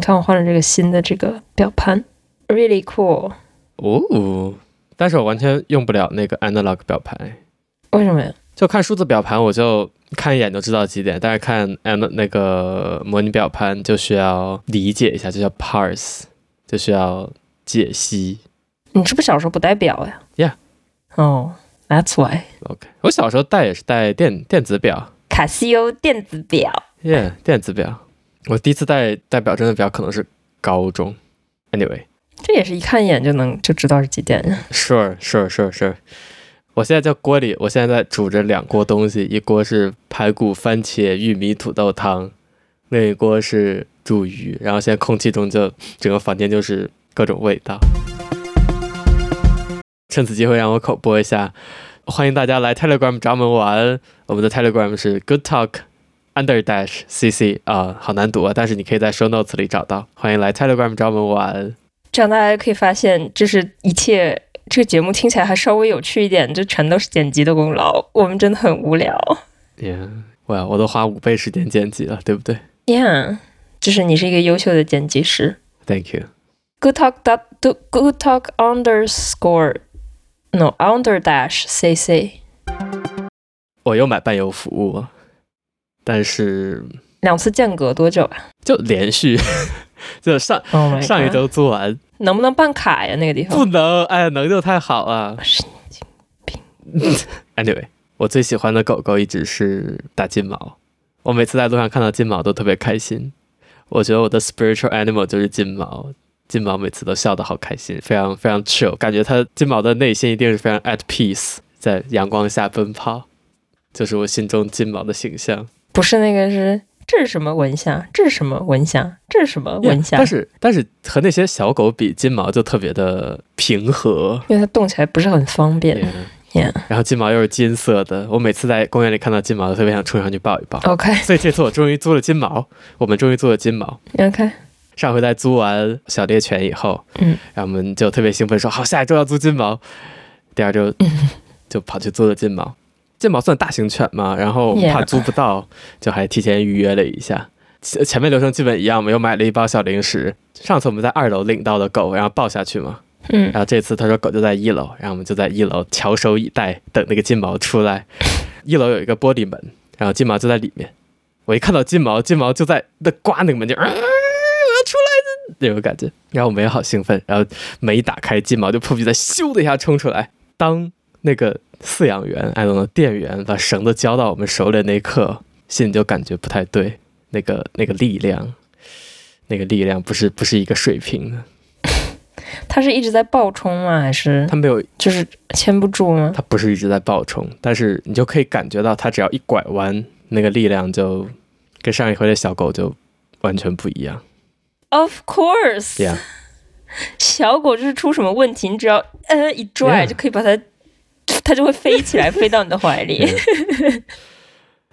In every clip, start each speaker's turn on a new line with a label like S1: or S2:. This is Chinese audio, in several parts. S1: 看我换了这个新的这个表盘，really cool。
S2: 哦，但是我完全用不了那个 analog 表盘，
S1: 为什么呀？
S2: 就看数字表盘，我就看一眼就知道几点，但是看 an 那个模拟表盘就需要理解一下，就叫 parse，就需要解析。
S1: 你是不是小时候不戴表呀
S2: Yeah
S1: 哦、t h a t s why。
S2: OK，我小时候戴也是戴电电子表，
S1: 卡西欧电子表，
S2: 耶、电子表。我第一次戴戴表针的表可能是高中。Anyway，
S1: 这也是一看一眼就能就知道是几点呀。
S2: sure sure sure sure。我现在在锅里，我现在在煮着两锅东西，一锅是排骨、番茄、玉米、土豆汤，另一锅是煮鱼。然后现在空气中就整个房间就是各种味道。趁此机会让我口播一下，欢迎大家来 Telegram 找我们玩。我们的 Telegram 是 Good Talk Under Dash CC 啊、好难读啊，但是你可以在 Show Notes 里找到。欢迎来 Telegram 找我们玩。
S1: 这样大家可以发现，就是一切这个节目听起来还稍微有趣一点，就全都是剪辑的功劳。我们真的很无聊。
S2: Yeah，哇，我都花五倍时间剪辑了，对不对
S1: Yeah，就是你是一个优秀的剪辑师。
S2: ？Thank you。
S1: Good talk dot do- good talk underscore no under dash cc
S2: 我又买伴游服务了，但是
S1: 两次间隔多久啊
S2: 就连续，就上
S1: ？Oh my god！
S2: 上一周做完，
S1: 能不能办卡呀？那个地
S2: 不
S1: 方
S2: 能，哎呀，能就太好了。
S1: 是
S2: Anyway，我最喜欢的狗狗一直是大金毛，我每次在路上看到金毛都特别开心。我觉得我的 spiritual animal 就是金毛，金毛每次都笑得好开心，非常非常 chill，感觉它金毛的内心一定是非常 at peace，在阳光下奔跑，就是我心中金毛的形象。
S1: 不是那个是这是什么蚊香？这是什么蚊香？这是什么蚊
S2: Yeah，
S1: 香
S2: 但是但是和那些小狗比，金毛就特别的平和。
S1: 因为它动起来不是很方便。
S2: Yeah
S1: Yeah
S2: 然后金毛又是金色的，我每次在公园里看到金毛，都特别想冲上去抱一抱。
S1: OK
S2: 所以这次我终于租了金毛，我们终于租了金毛。
S1: OK，
S2: 上回在租完小猎犬以后，
S1: 嗯，
S2: 然后我们就特别兴奋说，好，下一周要租金毛。第二周
S1: 嗯
S2: 就跑去租了金毛。金毛算大型犬嘛，然后
S1: Yeah
S2: 怕租不到，就还提前预约了一下。前前面流程基本一样嘛，又买了一包小零食。上次我们在二楼领到的狗，然后抱下去嘛，
S1: 嗯
S2: 然后这次他说狗就在一楼，然后我们就在一楼翘首以待，等那个金毛出来。一楼有一个玻璃门，然后金毛就在里面。我一看到金毛，金毛就在那刮那个门就， 啊，我要出来的那种感觉。然后我们也好兴奋，然后门一打开，金毛就扑鼻的咻的一下冲出来。当那个饲养员，哎，懂的店员把绳子交到我们手里那一刻，心里就感觉不太对，那个那个力量，那个力量不是不是一个水平的。
S1: 它是一直在爆冲吗？还是
S2: 他没有
S1: 就是牵不住吗？
S2: 它不是一直在爆冲，但是你就可以感觉到它只要一拐弯，那个力量就跟上一回的小狗就完全不一样。
S1: Of course，、
S2: Yeah，
S1: 小狗就是出什么问题，你只要呃一拽
S2: Yeah
S1: 就可以把它，它就会飞起来，飞到你的怀里。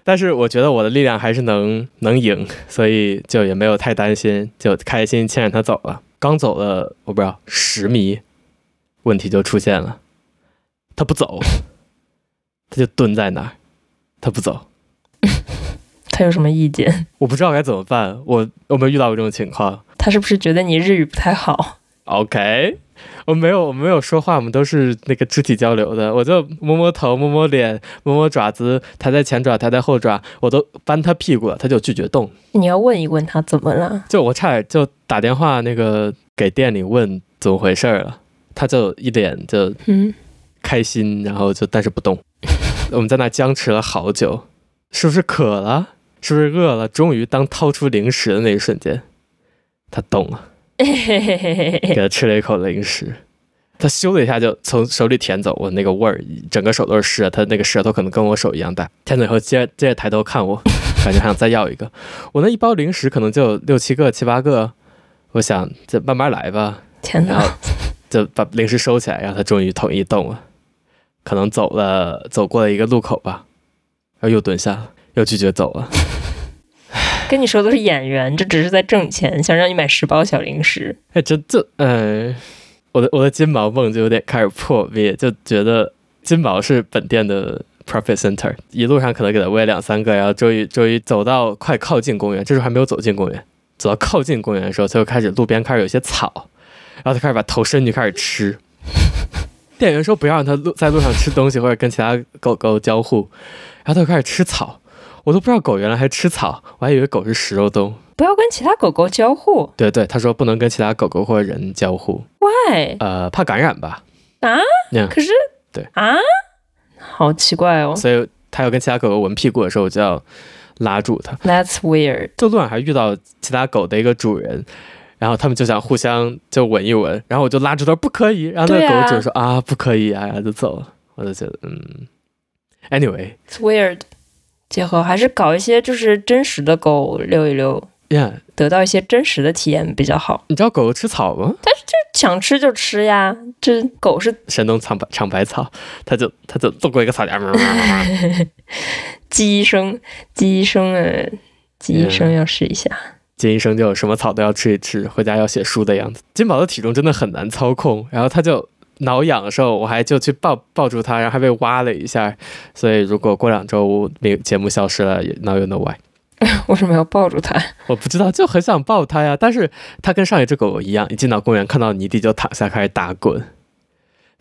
S2: 但是我觉得我的力量还是能能赢，所以就也没有太担心，就开心牵着它走了。刚走了，我不知道十米，问题就出现了，它不走， 它就蹲在那儿，它不走。
S1: 它有什么意见？
S2: 我不知道该怎么办，我我没有遇到过这种情况，
S1: 它是不是觉得你日语不太好？
S2: OK，我没有，我没有说话，我们都是那个肢体交流的。我就摸摸头，摸摸脸，摸摸爪子，抬抬前爪，抬抬后爪，我都扳他屁股了，他就拒绝动。
S1: 你要问一问它怎么了？
S2: 就我差点就打电话那个给店里问怎么回事儿了，他就一脸就
S1: 嗯，
S2: 开心，然后就但是不动。我们在那僵持了好久，是不是渴了？是不是饿了？终于当掏出零食的那一瞬间，他动了。
S1: 嘿嘿嘿嘿嘿
S2: 给
S1: 嘿
S2: 他吃了一口零食，他咻的一下就从手里舔走，我那个味儿，整个手都是湿的。他那个舌头可能跟我手一样大，舔走以后接着接着抬头看我， 感觉还想再要一个。我那一包零食可能就有六七个、七八个，我想这慢慢来吧，
S1: 天
S2: 然后
S1: 哪！
S2: 就把零食收起来，然后他终于同意动了。可能走了走过了一个路口吧，然后又蹲下了，又拒绝走了。
S1: 跟你说都是演员，这只是在挣钱，想让你买十包小零食。
S2: 哎，这这，呃，我的我的金毛梦就有点开始破灭，就觉得金毛是本店的 profit center，一路上可能给它喂两三个，然后终于终于走到快靠近公园，这时候还没有走进公园，走到靠近公园的时候，他就开始路边开始有一些草，然后他开始把头伸进去开始吃。店员说不要让他路在路上吃东西或者跟其他狗狗交互，然后他就开始吃草。我都不知道狗原来还吃草，我还以为狗是食肉动物。
S1: 不要跟其他狗狗交互
S2: 对对，他说不能跟其他狗狗或者人交互，
S1: ，why？
S2: 呃，怕感染吧？
S1: 啊
S2: 嗯
S1: 可是
S2: 对
S1: 啊，好奇怪哦
S2: 所以他要跟其他狗狗闻屁股的时候，我就要拉住他。
S1: ，That's weird。
S2: 就路上还遇到其他狗的一个主人，然后他们就想互相就吻一吻，然后我就拉住他说不可以，然后那
S1: 对
S2: 个
S1: 啊
S2: 狗主人说啊不可以啊，然后就走了。我就觉得嗯，anyway，
S1: It's weird，结合还是搞一些就是真实的狗遛一遛，
S2: yeah，
S1: 得到一些真实的体验比较好。
S2: 你知道狗狗吃草吗？
S1: 想吃就吃呀，这狗是
S2: 山东长白长白草，它就它就路过一个草地，喵喵喵喵喵
S1: 鸡医生，鸡医生呃，鸡医生要试一下。
S2: 金医生就什么草都要吃一吃，回家要写书的样子。金宝的体重真的很难操控，然后他就挠痒的时候，我还就去抱抱住他，然后还被挖了一下。所以如果过两周没有节目消失了，也 now you know why。
S1: 为什么要抱住它？
S2: 我不知道，就很想抱它呀。但是它跟上一只狗狗一样，一进到公园看到泥地就躺下开始打滚。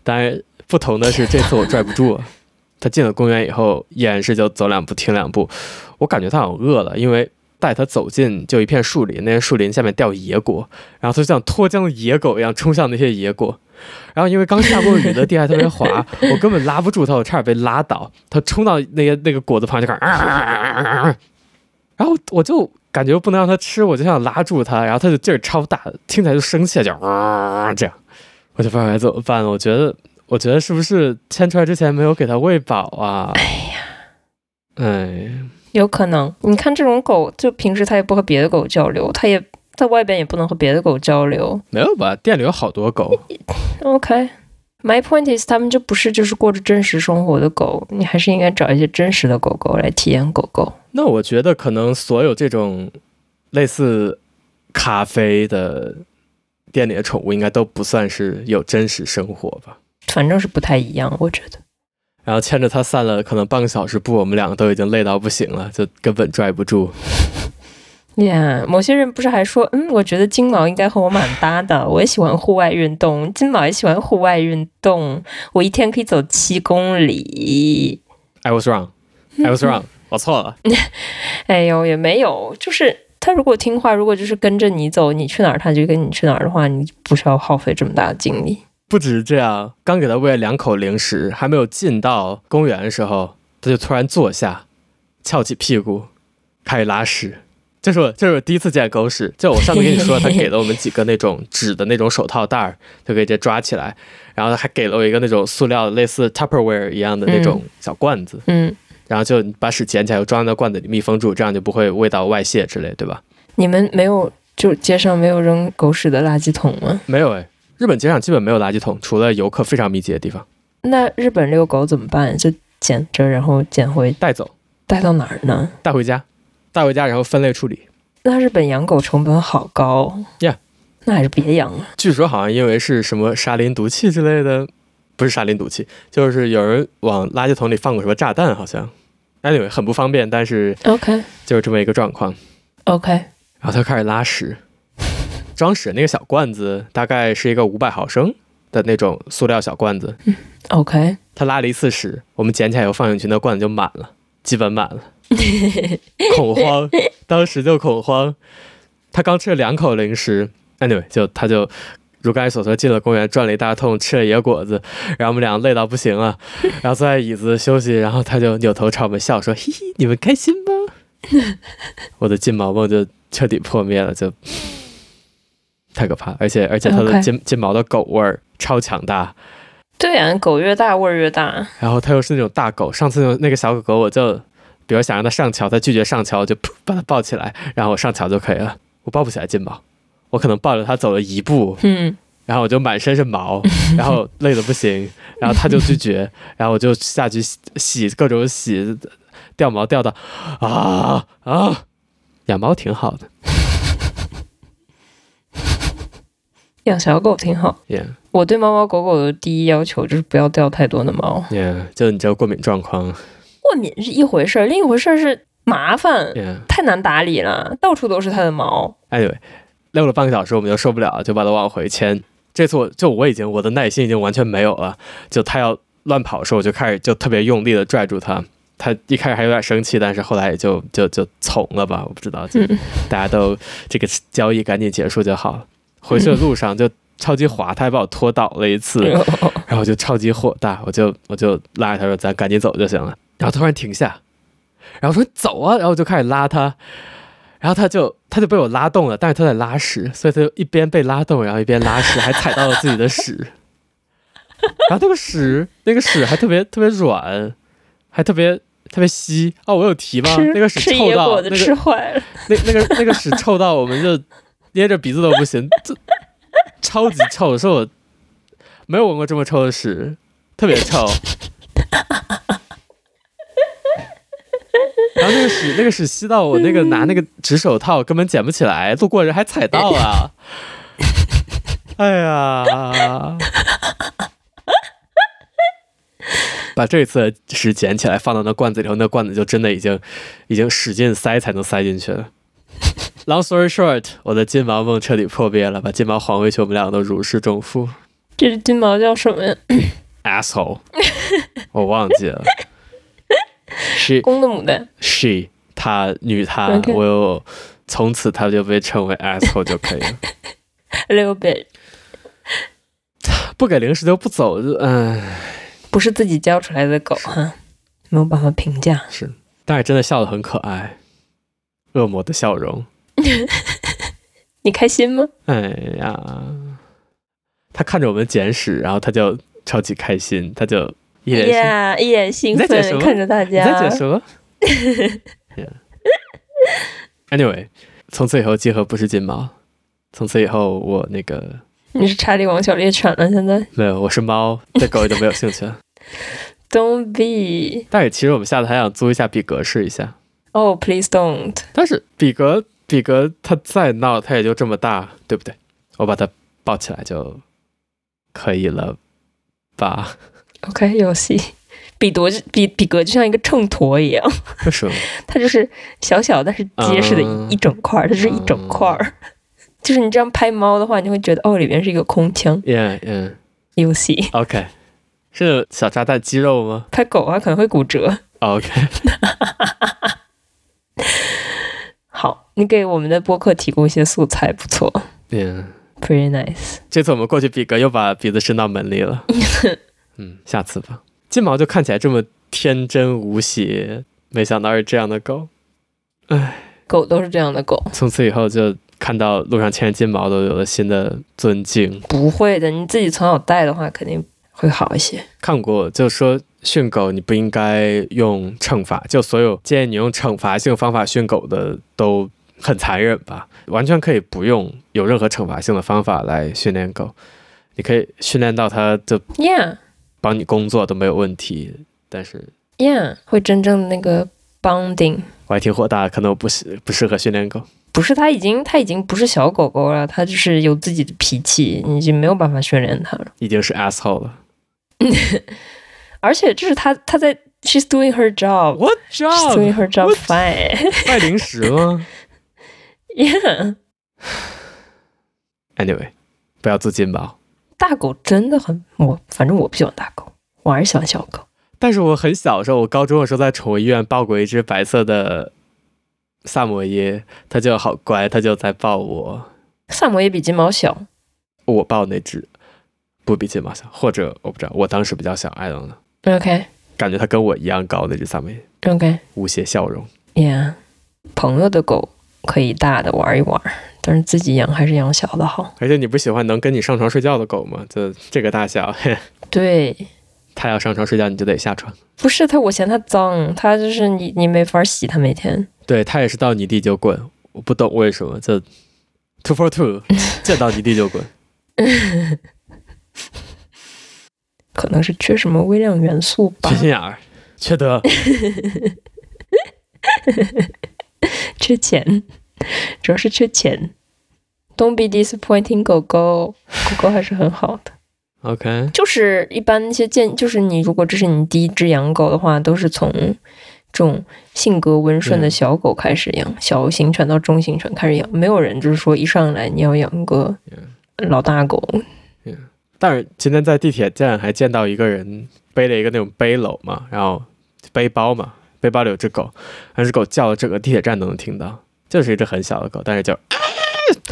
S2: 当然，不同的是这次我拽不住啊。它进了公园以后，依然是就走两步停两步。我感觉它好像饿了，因为带它走进就一片树林，那些树林下面掉野果，然后它就像脱缰的野狗一样冲向那些野果。然后因为刚下过雨的地还特别滑， 我根本拉不住它，我差点被拉倒。它冲到那个那个果子旁就开始啊啊啊啊啊啊啊，然后我就感觉不能让它吃，我就想拉住它，然后它就劲儿超大，听起来就生气了，就啊这样，我就不知道该怎么办了。我觉得，我觉得是不是牵出来之前没有给它喂饱啊？
S1: 哎呀，
S2: 哎，
S1: 有可能。你看这种狗，就平时它也不和别的狗交流，它也在外边也不能和别的狗交流。
S2: 没有吧？店里有好多狗，
S1: OK。My point is，它们就不是就是过着真实生活的狗，你还是应该找一些真实的狗狗来体验狗狗。
S2: 那我觉得可能所有这种类似咖啡的店里的宠物，应该都不算是有真实生活吧。
S1: 反正是不太一样，我觉得。
S2: 然后牵着它散了可能半个小时步，我们两个都已经累到不行了，就根本拽不住。
S1: Yeah，某些人不是还说，嗯，我觉得金毛应该和我蛮搭的， 我也喜欢户外运动，金毛也喜欢户外运动，我一天可以走七公里。
S2: I was wrong, I was wrong，我错了。
S1: 哎呦，也没有，就是它如果听话，如果就是跟着你走，你去哪儿它就跟你去哪儿的话，你不需要耗费这么大的精力。
S2: 不只是这样，刚给它喂了两口零食，还没有进到公园的时候，它就突然坐下，翘起屁股，开始拉屎。这是我这是我第一次见狗屎。就我上次跟你说，他给了我们几个那种纸的那种手套袋儿，就可以直接抓起来。然后还给了我一个那种塑料的类似 Tupperware 一样的那种小罐子，
S1: 嗯，
S2: 然后就你把屎捡起来，又装到罐子里密封住，这样就不会味道外泄之类，对吧？
S1: 你们没有就街上没有扔狗屎的垃圾桶吗？
S2: 没有哎，日本街上基本没有垃圾桶，除了游客非常密集的地方，
S1: 那日本遛狗怎么办？就捡着然后捡回
S2: 带走。
S1: 带到哪儿呢？
S2: 带回家，带回家然后分类处理。
S1: 那日本养狗成本好高
S2: Yeah
S1: 那还是别养了。
S2: 据说好像因为是什么沙林毒气之类的，不是沙林毒气，就是有人往垃圾桶里放过什么炸弹，好像。Anyway，很不方便，但是
S1: OK
S2: 就是这么一个状况。
S1: OK，
S2: 然后他开始拉屎，装屎那个小罐子大概是一个五百毫升的那种塑料小罐子，
S1: OK，
S2: 他拉了一次屎，我们捡起来以后放进去，那罐子就满了，基本满了，恐慌，当时就恐慌。他刚吃了两口零食，anyway，就他就如刚才所说，进了公园转了一大通，吃了野果子，然后我们俩累到不行了，然后坐在椅子休息，然后他就扭头朝我们笑说：“ 嘿嘿，你们开心吗？”我的金毛梦就彻底破灭了，就太可怕了，而且而且它的
S1: OK
S2: 金金毛的狗味儿超强大。
S1: 对呀、狗越大味儿越大。
S2: 然后它又是那种大狗，上次那个小狗狗，我就比如想让它上桥，它拒绝上桥，我就噗把它抱起来，然后我上桥就可以了。我抱不起来金毛，我可能抱着它走了一步，
S1: 嗯，
S2: 然后我就满身是毛，然后累得不行，然后它就拒绝，然后我就下去洗洗各种洗，掉毛掉到啊啊，养猫挺好的，
S1: 养小狗挺好。
S2: 耶、
S1: 我对猫猫狗狗的第一要求就是不要掉太多的毛。
S2: 耶、就你这过敏状况，
S1: 过敏是一回事儿，另一回事儿是麻烦，
S2: Yeah.
S1: 太难打理了，到处都是它的毛。
S2: Anyway，溜了半个小时，我们就受不了了，就把它往回牵。这次我就我已经我的耐心已经完全没有了，就它要乱跑的时候，我就开始就特别用力的拽住它。它一开始还有点生气，但是后来也就就就从了吧，我不知道，就
S1: 嗯
S2: 大家都这个交易赶紧结束就好了。回去的路上就超级滑，它还把我拖倒了一次，
S1: 哎
S2: 然后我就超级火大，我就我就拉着他说咱赶紧走就行了。然后突然停下，然后说走啊，然后我就开始拉他，然后他就他就被我拉动了，但是他在拉屎，所以他就一边被拉动，然后一边拉屎，还踩到了自己的屎。然后那个屎，那个屎还特别特别软，还特别特别稀。哦，我有提吗？
S1: 吃
S2: 那个屎
S1: 吃
S2: 臭
S1: 野
S2: 到
S1: 果
S2: 那
S1: 子
S2: 个
S1: 吃坏了，
S2: 那那个那个屎臭到我们就捏着鼻子都不行，这超级臭，是我没有闻过这么臭的屎，特别臭。然后那个屎，那个屎吸到我那个拿那个纸手套根本捡不起来，路过人还踩到了。哎呀！把这次屎捡起来放到那罐子里头，那罐子就真的已经已经使劲塞才能塞进去了。Long story short，我的金毛梦彻底破灭了，把金毛还回去，我们两个都如释重负。
S1: 这只金毛叫什么呀？
S2: Asshole，我忘记了。She
S1: 公的母的？
S2: she 她女她
S1: OK
S2: 我有从此她就被称为 asshole 就可以了。
S1: a little bit
S2: 不给零食就不走，就嗯，
S1: 不是自己教出来的狗哈，没有办法评 价。
S2: 是，但是真的笑得很可爱，恶魔的笑容。
S1: 你开心吗？
S2: 哎呀，他看着我们捡屎，然后他就超级开心，他就一脸兴
S1: 呀，一脸兴
S2: 你在解什
S1: 奋
S2: 么
S1: 看着大
S2: 你在
S1: 家
S2: 解。什么？Yeah. Anyway，从此以后集合不是金毛，从此以后我那个
S1: 你是查理王小猎犬了？现在
S2: 没有，我是猫，对狗也都没有兴趣了。
S1: don't be
S2: 但是其实我们下次还想租一下比格试一下，
S1: oh please don't
S2: 但是比格比格它再闹它也就这么大，对不对？我把它抱起来就可以了吧？
S1: OK 游戏。比铎就比比格就像一个秤砣一样，
S2: 为什么？
S1: 它就是小小但是结实的
S2: 嗯
S1: 一一整块儿，它就是一整块儿。就是你这样拍猫的话，你会觉得哦，里面是一个空腔。
S2: Yeah, yeah.
S1: 游戏
S2: OK，是小炸弹肌肉吗
S1: 拍狗啊可能会骨折。
S2: ？OK，
S1: 好，你给我们的播客提供一些素材，不错
S2: yeah.
S1: ，pretty nice。
S2: 这次我们过去，比格又把鼻子伸到门里了。嗯，下次吧。金毛就看起来这么天真无邪，没想到是这样的狗。
S1: 狗都是这样的狗，
S2: 从此以后就看到路上牵着金毛都有了新的尊敬。
S1: 不会的，你自己从小带的话，肯定会好一些。
S2: 看过就说训狗你不应该用惩罚，就所有建议你用惩罚性方法训狗的都很残忍吧，完全可以不用有任何惩罚性的方法来训练狗。你可以训练到它就
S1: Yeah,
S2: 帮你工作都没有问题，但是
S1: yeah，会真正的那个 bonding。
S2: 我还挺火大，可能我不适不适合训练狗。
S1: 不是，它已经它已经不是小狗狗了，它就是有自己的脾气，你已经没有办法训练它了。
S2: 已经是 asshole 了。
S1: 而且这是它它在 she's doing her job,
S2: What
S1: she's doing her job
S2: what-
S1: fine.
S2: 卖零食吗
S1: Yeah，
S2: ？Anyway，不要做金毛。
S1: 大狗真的很我，反正我不喜欢大狗，我还是喜欢小狗。
S2: 但是我很小的时候，我高中的时候在宠物医院抱过一只白色的萨摩耶，它就好乖，它就在抱我，
S1: 萨摩耶比金毛小，
S2: 我抱那只不比金毛小，或者我不知道，我当时比较小，I don't know，
S1: OK
S2: 感觉它跟我一样高那只萨摩耶，
S1: OK。
S2: 无邪笑容。
S1: Yeah，朋友的狗可以大的玩一玩，但是自己养还是养小的好。
S2: 而且你不喜欢能跟你上床睡觉的狗吗？就这个大小， 嘿
S1: 对，
S2: 它要上床睡觉你就得下床。
S1: 不是它，我嫌它脏，它就是你你没法洗它每天。
S2: 对他也是到泥地就滚，我不懂为什么这 two for two 见到泥地就 滚。
S1: 可能是缺什么微量元素吧
S2: 缺，心眼儿，缺德。
S1: 缺钱， 主要是缺钱。Don't be disappointing，狗狗，狗狗还是很好的。
S2: OK，
S1: 就是一般一些建，就是你如果这是你第一只养狗的话，都是从这种性格温顺的小狗开始养，小型犬到中型犬开始养，没有人就是说一上来你要养个老大狗，
S2: 但是今天在地铁站还见到一个人背了一个那种背篓嘛，然后背包嘛，背包里有只狗，那只狗叫的整个地铁站都能听到，就是一只很小的狗，但是就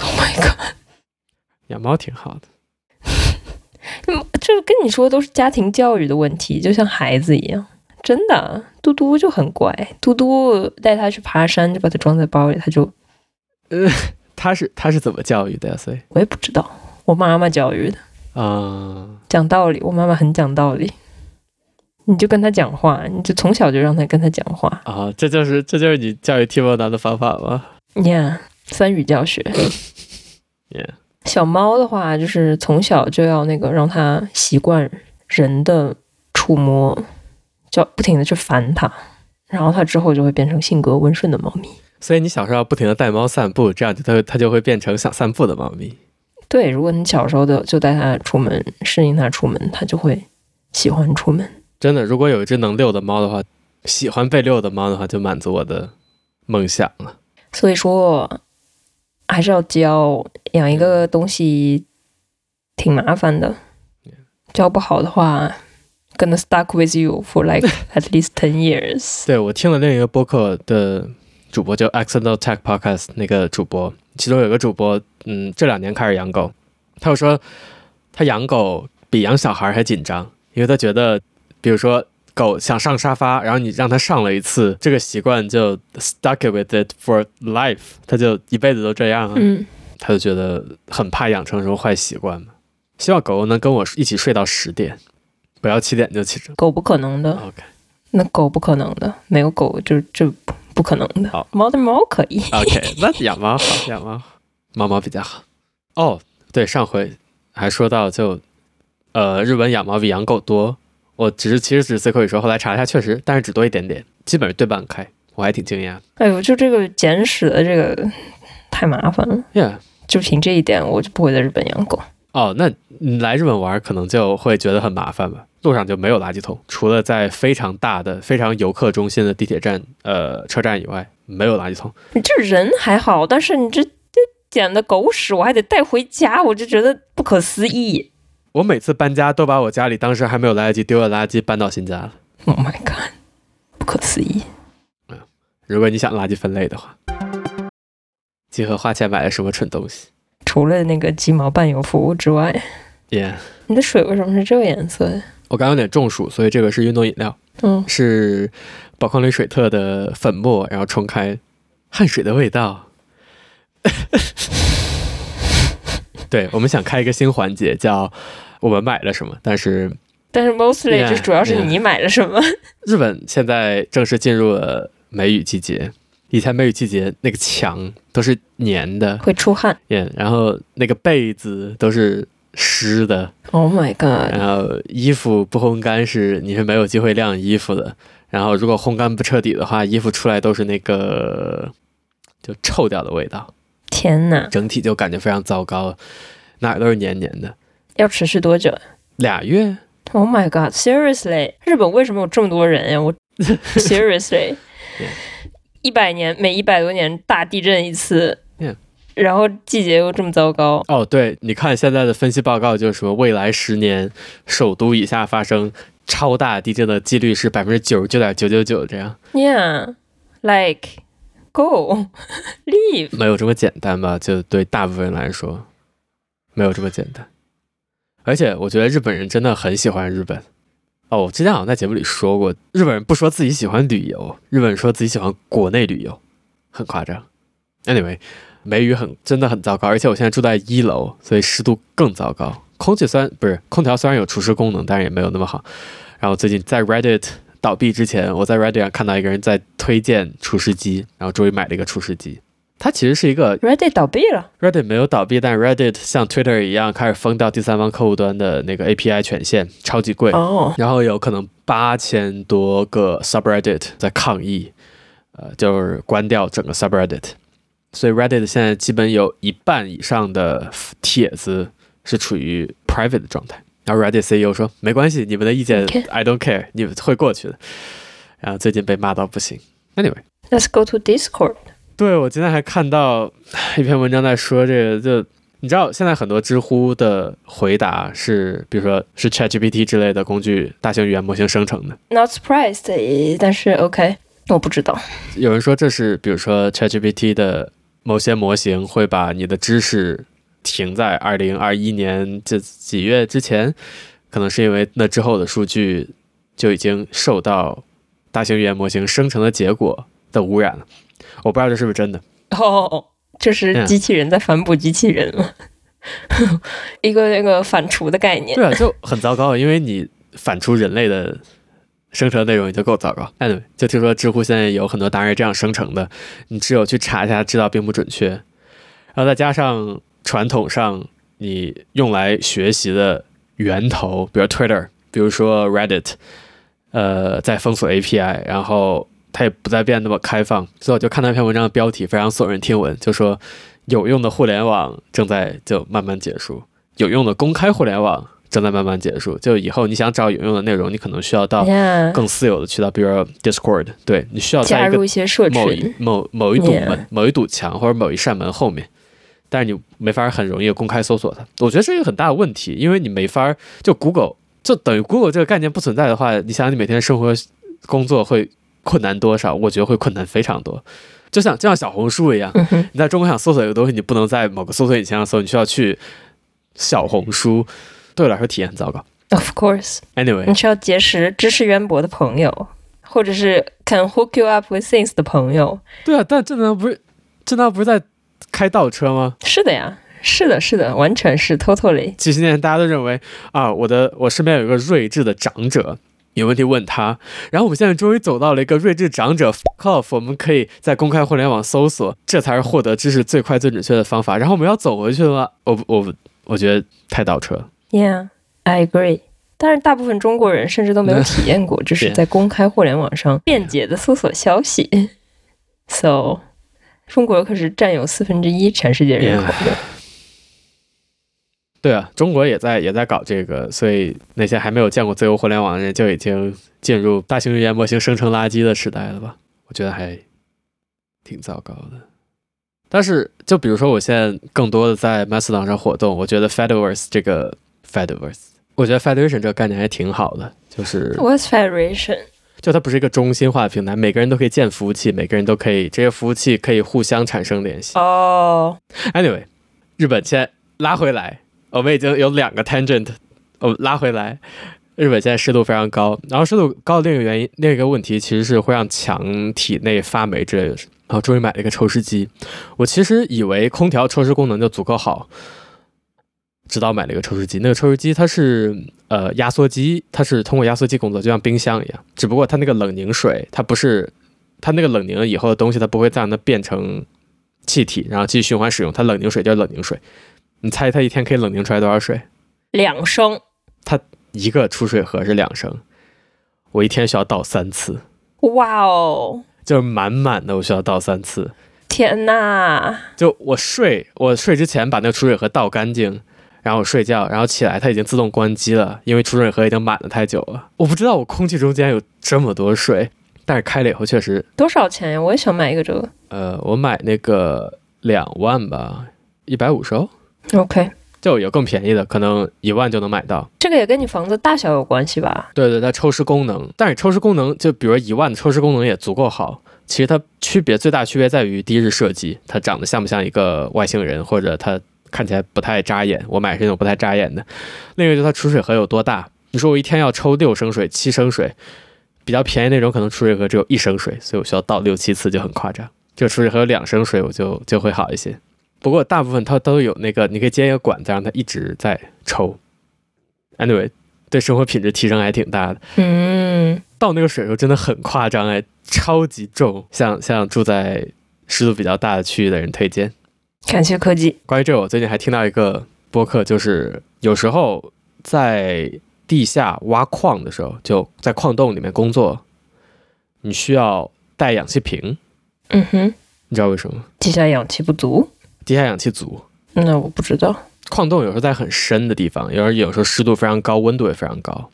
S1: Oh my god！
S2: 养猫挺好的。
S1: 嗯这跟你说都是家庭教育的问题，就像孩子一样，真的。啊嘟嘟就很乖，嘟嘟带它去爬山，就把它装在包里，它就
S2: 他是他是怎么教育的呀？所以
S1: 我也不知道，我妈妈教育的，
S2: 啊、
S1: 讲道理，我妈妈很讲道理。你就跟他讲话，你就从小就让他跟他讲话
S2: 啊，这就是这就是你教育 t i m 的方法吗？
S1: ，Yeah，三语教学。
S2: Yeah
S1: 小猫的话，就是从小就要那个让它习惯人的触摸，就要不停的去烦它，然后它之后就会变成性格温顺的猫咪。
S2: 所以你小时候要不停的带猫散步，这样就它会它就会变成想散步的猫咪。
S1: 对，如果你小时候的就带它出门，适应它出门，它就会喜欢出门。
S2: 真的，如果有一只能遛的猫的话，喜欢被遛的猫的话，就满足我的梦想了。
S1: 所以说，还是要教养一个东西挺麻烦的，教不好的话，gonna stuck with you for like at least ten years。
S2: 对我听了另一个播客的主播，就 Accidental Tech Podcast 那个主播，其中有个主播，嗯，这两年开始养狗，他就说他养狗比养小孩还紧张，因为他觉得，比如说。狗想上沙发，然后你让它上了一次，这个习惯就 stuck with it for life，它就一辈子都这样啊。
S1: 嗯，
S2: 他就觉得很怕养成什么坏习惯嘛。希望狗狗能跟我一起睡到十点，不要七点就起床。
S1: 狗不可能的，
S2: OK，
S1: 那狗不可能的，没有狗就就不不可能的
S2: 好。
S1: 猫的猫可以，
S2: OK，那 养猫好，养猫好，猫猫比较好。哦，对，上回还说到就，呃，日本养猫比养狗多。我只是其实只是随口一说，后来查一下确实，但是只多一点点，基本上对半开，我还挺惊讶的。
S1: 哎呦，就这个捡屎的这个太麻烦了，
S2: Yeah，
S1: 就凭这一点我就不会在日本养狗。
S2: 哦，那你来日本玩可能就会觉得很麻烦吧？路上就没有垃圾桶，除了在非常大的、非常游客中心的地铁站、呃车站以外，没有垃圾桶。
S1: 你这人还好，但是你这这捡的狗屎我还得带回家，我就觉得不可思议。
S2: 我每次搬家都把我家里当时还没有来得及丢的垃圾搬到新家了。
S1: Oh my god，不可思议！
S2: 如果你想垃圾分类的话，集合花钱买了什么蠢东西
S1: 除了那个鸡毛伴游服务之外，
S2: ？Yeah，
S1: 你的水为什么是这个颜色呀？
S2: 我刚刚有点中暑，所以这个是运动饮料，
S1: 嗯，
S2: 是宝矿力水特的粉末，然后冲开汗水的味道。对，我们想开一个新环节，叫我们买了什么。但是
S1: 但是 mostly
S2: Yeah，
S1: 就主要是
S2: yeah
S1: 你买了什么。
S2: 日本现在正式进入了梅雨季节，以前梅雨季节那个墙都是粘的，
S1: 会出汗。
S2: Yeah，然后那个被子都是湿的，
S1: Oh my
S2: 然
S1: god！
S2: 后衣服不烘干是你是没有机会晾衣服的，然后如果烘干不彻底的话，衣服出来都是那个就臭掉的味道，
S1: 天哪，
S2: 整体就感觉非常糟糕，哪儿都是黏黏的。
S1: 要持续多久
S2: 俩月，
S1: ？Oh my god！Seriously，日本为什么有这么多人 呀？我 Seriously，一百年每一百多年大地震一次
S2: Yeah
S1: 然后季节又这么糟糕。
S2: 哦，对，你看现在的分析报告就是说，未来十年首都以下发生超大地震的几率是百分之九十九点九九九，这样
S1: Yeah, like go leave。
S2: 没有这么简单吧？就对大部分人来说，没有这么简单。而且我觉得日本人真的很喜欢日本。哦，我之前好像在节目里说过，日本人不说自己喜欢旅游，日本人说自己喜欢国内旅游，很夸张。Anyway，梅雨很真的很糟糕，而且我现在住在一楼，所以湿度更糟糕。空气虽然不是空调，虽然有除湿功能，但是也没有那么好。然后最近在 Reddit 倒闭之前，我在 Reddit 上看到一个人在推荐除湿机，然后终于买了一个除湿机。它其实是一个
S1: Reddit 倒闭了，
S2: Reddit 没有倒闭，但 Reddit 像 Twitter 一样开始封掉第三方客户端的那个 API 权限，超级贵。
S1: 哦、
S2: 然后有可能八千多个 subreddit 在抗议，呃，就是关掉整个 subreddit。所以 Reddit 现在基本有一半以上的帖子是处于 private 的 E 状态。然后 Reddit CEO 说：“没关系，你们的意见
S1: OK
S2: I don't care，你们会过去的。”然后最近被骂到不行。Anyway，
S1: Let's go to Discord。
S2: 对我今天还看到一篇文章在说这个，就你知道现在很多知乎的回答是，比如说是 ChatGPT 之类的工具大型语言模型生成的。
S1: Not surprised，但呃是 OK，我不知道。
S2: 有人说这是，比如说 ChatGPT 的某些模型会把你的知识停在二零二一年这几月之前，可能是因为那之后的数据就已经受到大型语言模型生成的结果的污染了。我不知道这是不是真的。
S1: 哦，这是
S2: Yeah
S1: 机器人在反哺机器人了， 一个那个反刍的概念。
S2: 对啊，就很糟糕，因为你反出人类的生成内容也就够糟糕。Anyway，就听说知乎现在有很多答案是这样生成的，你只有去查一下，知道并不准确。然后再加上传统上你用来学习的源头，比如 Twitter，比如说 Reddit，呃，在封锁 API，然后它也不再变那么开放。所以我就看到一篇文章的标题非常耸人听闻，就说有用的互联网正在就慢慢结束。有用的公开互联网正在慢慢结束。就以后你想找有用的内容，你可能需要到
S1: 哎呀，
S2: 更私有的渠道，比如说 Discord，对你需要
S1: 加
S2: 在一
S1: 入
S2: 个
S1: 一些社
S2: 某
S1: 群
S2: 一。某某一堵门、
S1: Yeah
S2: 某一堵墙或者某一扇门后面，但是你没法很容易地公开搜索它。我觉得这是一个很大的问题，因为你没法就 Google，就等于 Google 这个概念不存在的话，你想想你每天生活工作会困难多少？我觉得会困难非常多。就像就像小红书一样，
S1: 嗯哼，
S2: 你在中国想搜索一个东西，你不能在某个搜索引擎上搜，你需要去小红书。对我来说体验很糟糕。
S1: Of course，你
S2: Anyway，
S1: 需要结识知识渊博的朋友，或者是 can hook you up with things 的朋友。
S2: 对啊，但这难道不是这难道不是在开倒车吗？
S1: 是的呀，是的，是的，完全是 totally。
S2: 几十年大家都认为啊，我的我身边有一个睿智的长者，有问题问他。然后我们现在终于走到了一个睿智长者 fuck off，我们可以在公开互联网搜索，这才是获得知识最快最准确的方法。然后我们要走回去的话，我不我不我觉得太倒车了。
S1: Yeah, I agree. 但是大部分中国人甚至都没有体验过，这是在公开互联网上便捷的搜索消息。So，中国可是占有四分之一全世界人口的。
S2: 对啊，中国也在也在搞这个，所以那些还没有见过自由互联网的人就已经进入大型语言模型生成垃圾的时代了吧？我觉得还挺糟糕的。但是，就比如说我现在更多的在 Mastodon 上活动，我觉得 Fediverse 这个 Fediverse，我觉得 Federation 这个概念还挺好的，就是。
S1: What's federation？
S2: 就它不是一个中心化的平台，每个人都可以建服务器，每个人都可以，这些服务器可以互相产生联系。
S1: 哦、
S2: Anyway，日本先拉回来，我们已经有两个 tangent，我们拉回来。日本现在湿度非常高，然后湿度高的另一个原因，另一个问题其实是会让墙体内发霉之类的事。然后终于买了一个抽湿机，我其实以为空调抽湿功能就足够好，直到买了一个抽湿机。那个抽湿机它是呃压缩机，它是通过压缩机工作，就像冰箱一样，只不过它那个冷凝水，它不是它那个冷凝了以后的东西，它不会再让它变成气体，然后继续循环使用。它冷凝水就是冷凝水，你猜它一天可以冷凝出来多少水？
S1: 两升，
S2: 一个出水盒是两升，我一天需要倒三次，
S1: 哇哦，
S2: 就是满满的，我需要倒三次。
S1: 天呐，
S2: 就我睡，我睡之前把那个储水盒倒干净，然后我睡觉，然后起来它已经自动关机了，因为储水盒已经满了太久了。我不知道我空气中竟然有这么多水，但是开了以后确实，
S1: 多少钱呀？我也想买一个这个。
S2: 呃，我买那个两万吧，一百五十欧，
S1: OK，
S2: 就有更便宜的，可能一万就能买到。
S1: 这个也跟你房子大小有关系吧？
S2: 对对，它抽湿功能，但是抽湿功能就比如一万的抽湿功能也足够好。其实它区别最大区别在于，第一是设计，它长得像不像一个外星人，或者它看起来不太扎眼。我买是那种不太扎眼的。另一个就是它储水盒有多大。你说我一天要抽六升水、七升水，比较便宜那种可能储水盒只有一升水，所以我需要倒六七次就很夸张。这个储水盒有两升水，我就就会好一些。不过大部分它都有那个，你可以接一个管子，让它一直在抽。Anyway，对生活品质提升还挺大的。
S1: 嗯，
S2: 倒那个水的时候真的很夸张哎，超级重，向向住在湿度比较大的区域的人推荐。
S1: 感谢科技。
S2: 关于这个，我最近还听到一个播客，就是有时候在地下挖矿的时候，就在矿洞里面工作，你需要带氧气瓶，
S1: 嗯哼，
S2: 你知道为什么吗？
S1: 地下氧气不足？
S2: 地下氧气足。
S1: 那我不知道。
S2: 矿洞有时候在很深的地方，有时候有时候湿度非常高，温度也非常高，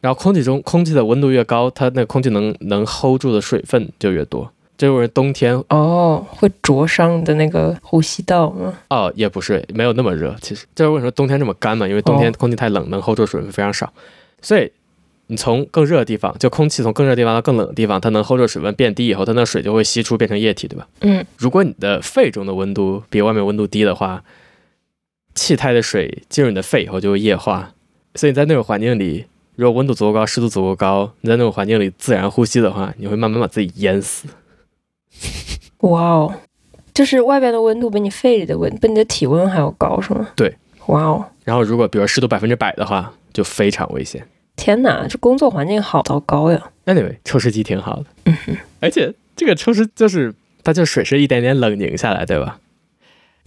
S2: 然后空气中空气的温度越高，它那个空气能能 hold 住的水分就越多。这就是冬天
S1: 哦，会灼伤你的那个呼吸道吗？
S2: 哦，也不是没有那么热，其实这就是为什么冬天这么干嘛，因为冬天空气太冷，能 hold 住的水分非常少，所以你从更热的地方，就空气从更热的地方到更冷的地方，它能 hold 住的水分变低以后，它那水就会析出变成液体，对吧？
S1: 嗯，
S2: 如果你的肺中的温度比外面温度低的话，气态的水进入你的肺以后就会液化，所以在那种环境里，如果温度足够高，湿度足够高，你在那种环境里自然呼吸的话，你会慢慢把自己淹死。
S1: 哇哦，就是外边的温度比你肺里的温，比你的体温还要高是吗？
S2: 对，
S1: 哇哦，
S2: 然后如果比如湿度百分之百的话，就非常危险。
S1: 天哪，这工作环境好糟糕呀！
S2: Anyway，抽湿机挺好的，
S1: 嗯哼，
S2: 而且这个抽湿就是它就水是一点点冷凝下来，对吧？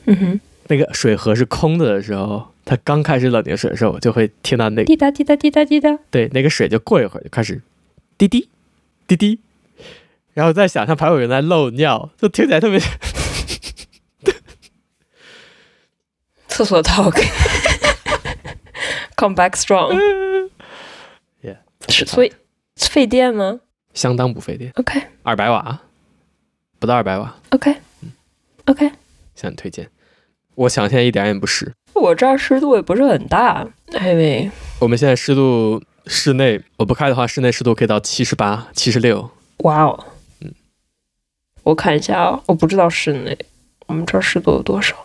S1: 嗯哼，
S2: 那个水盒是空的的时候，它刚开始冷凝水的时候，我就会听到那
S1: 滴答滴答滴答滴答，
S2: 对，那个水就过一会儿就开始滴滴滴滴，然后在想象排有人在漏尿，就听起来特别
S1: 厕所 talk，come back strong。
S2: Yeah，
S1: 哦是，嗯所以费电吗
S2: 相当不费电，
S1: ？OK
S2: 二百瓦，啊不到二百瓦，
S1: OK OK，
S2: 向你推荐。我想现在一点儿也不湿，
S1: 我这儿湿度也不是很大，因为
S2: 我们现在湿度室内我不开的话，室内湿度可以到七十八、七十六，
S1: 哇哦
S2: 嗯，
S1: 我看一下啊、我不知道室内我们这儿湿度有多少，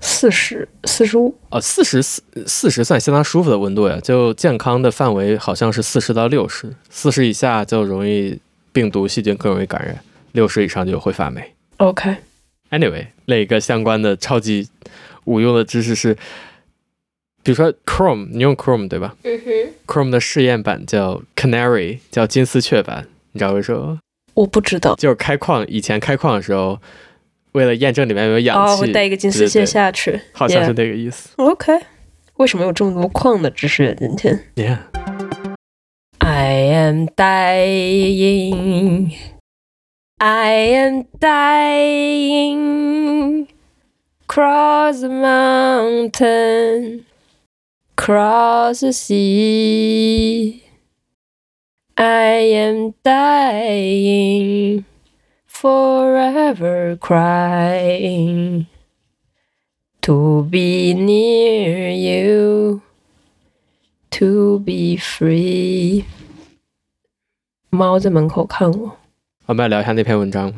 S1: 四十四十五，
S2: 呃，四十四四十算相当舒服的温度呀，就健康的范围好像是四十到六十，四十以下就容易病毒细菌更容易感染，六十以上就会发霉。
S1: OK，
S2: Anyway，另一个相关的超级无用的知识是，比如说 Chrome，你用 Chrome 对吧
S1: 嗯哼，
S2: ？Chrome 的试验版叫 Canary，叫金丝雀版，你知道为什么吗？
S1: 我不知道。
S2: 就是开矿以前开矿的时候，为了验证里面有没有氧
S1: 哦，
S2: 气，
S1: 我带一个金丝
S2: 对对
S1: 蟹
S2: 对
S1: 下去
S2: 好像是那个意思。
S1: OK，为什么有这么多矿的知识啊？今天
S2: Yeah，
S1: I am dying, I am dying, cross the mountain, cross the sea. I am dying, forever crying to be near you, to be free. 猫在门口看我
S2: 我们来聊一下那篇文章，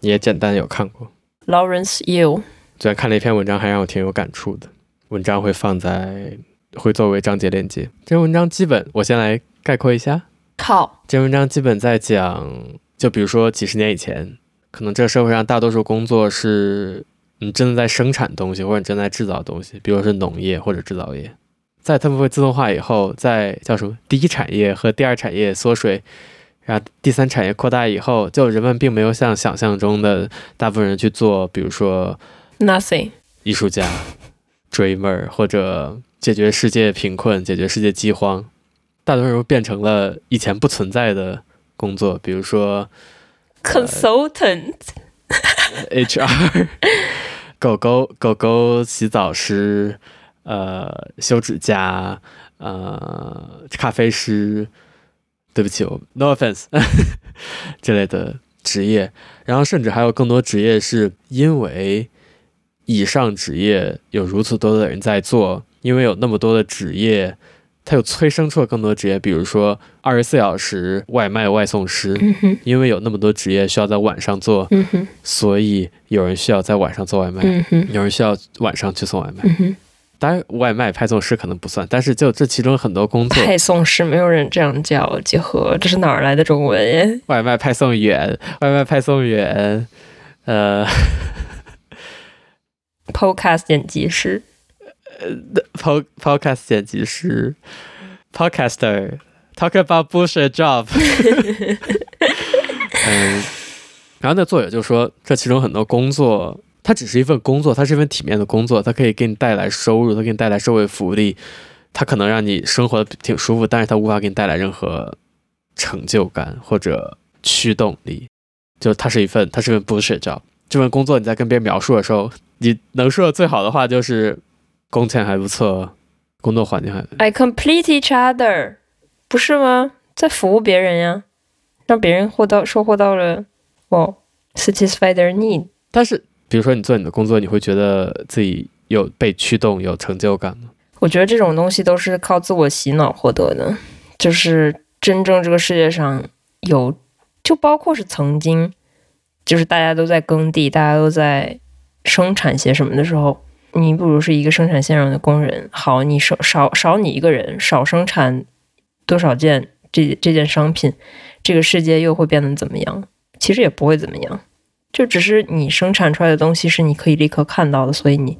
S2: 你也简单有看过。
S1: ，Lawrence Yu。
S2: 昨天看了一篇文章，还让我挺有感触的。文章会放在会作为章节链接。这篇文章基本我先来概括一下。
S1: 好，
S2: 这篇文章基本在讲，就比如说几十年以前，可能这个社会上大多数工作是你真的在生产东西，或者你真的在制造东西，比如说是农业或者制造业。在他们会自动化以后，在叫什么第一产业和第二产业缩水，然后第三产业扩大以后，就人们并没有像想象中的大部分人去做，比如说
S1: Nothing。
S2: 艺术家、dreamer 或者解决世界贫困、解决世界饥荒，大多数变成了以前不存在的工作，比如说
S1: 呃 Consultant。
S2: HR、狗狗、狗狗洗澡师、呃修指甲、呃咖啡师，对不起，我 no offense 之类的职业，然后甚至还有更多职业是因为以上职业有如此多的人在做，因为有那么多的职业。它又催生出了更多职业，比如说二十四小时外卖外送师，
S1: 嗯哼，
S2: 因为有那么多职业需要在晚上做，
S1: 嗯哼，
S2: 所以有人需要在晚上做外卖，
S1: 嗯哼，
S2: 有人需要晚上去送外卖。
S1: 嗯哼。
S2: 当然，外卖派送师可能不算，但是就这其中很多工作，
S1: 派送是没有人这样叫，结合这是哪儿来的中文呀？
S2: 外卖派送员、外卖派送员，呃
S1: Podcast 剪辑师
S2: ，pod podcast 剪辑师，podcaster，talk about bullshit job 。嗯，然后那作者就说，这其中很多工作。它只是一份工作，它是一份体面的工作，它可以给你带来收入，它给你带来社会福利，它可能让你生活的挺舒服，但是它无法给你带来任何成就感或者驱动力。就它是一份，它是一份 bullshit job。这份工作你在跟别人描述的时候，你能说的最好的话就是工钱还不错，工作环境还
S1: ，I complete each other。不是吗？在服务别人呀，让别人获到收获到了哦，satisfy their need。
S2: 但是，比如说你做你的工作，你会觉得自己有被驱动、有成就感吗？
S1: 我觉得这种东西都是靠自我洗脑获得的，就是真正这个世界上有，就包括是曾经，就是大家都在耕地，大家都在生产些什么的时候，你不如是一个生产线上的工人，好，你少少少你一个人，少生产多少件这这件商品，这个世界又会变得怎么样？其实也不会怎么样，就只是你生产出来的东西是你可以立刻看到的，所以你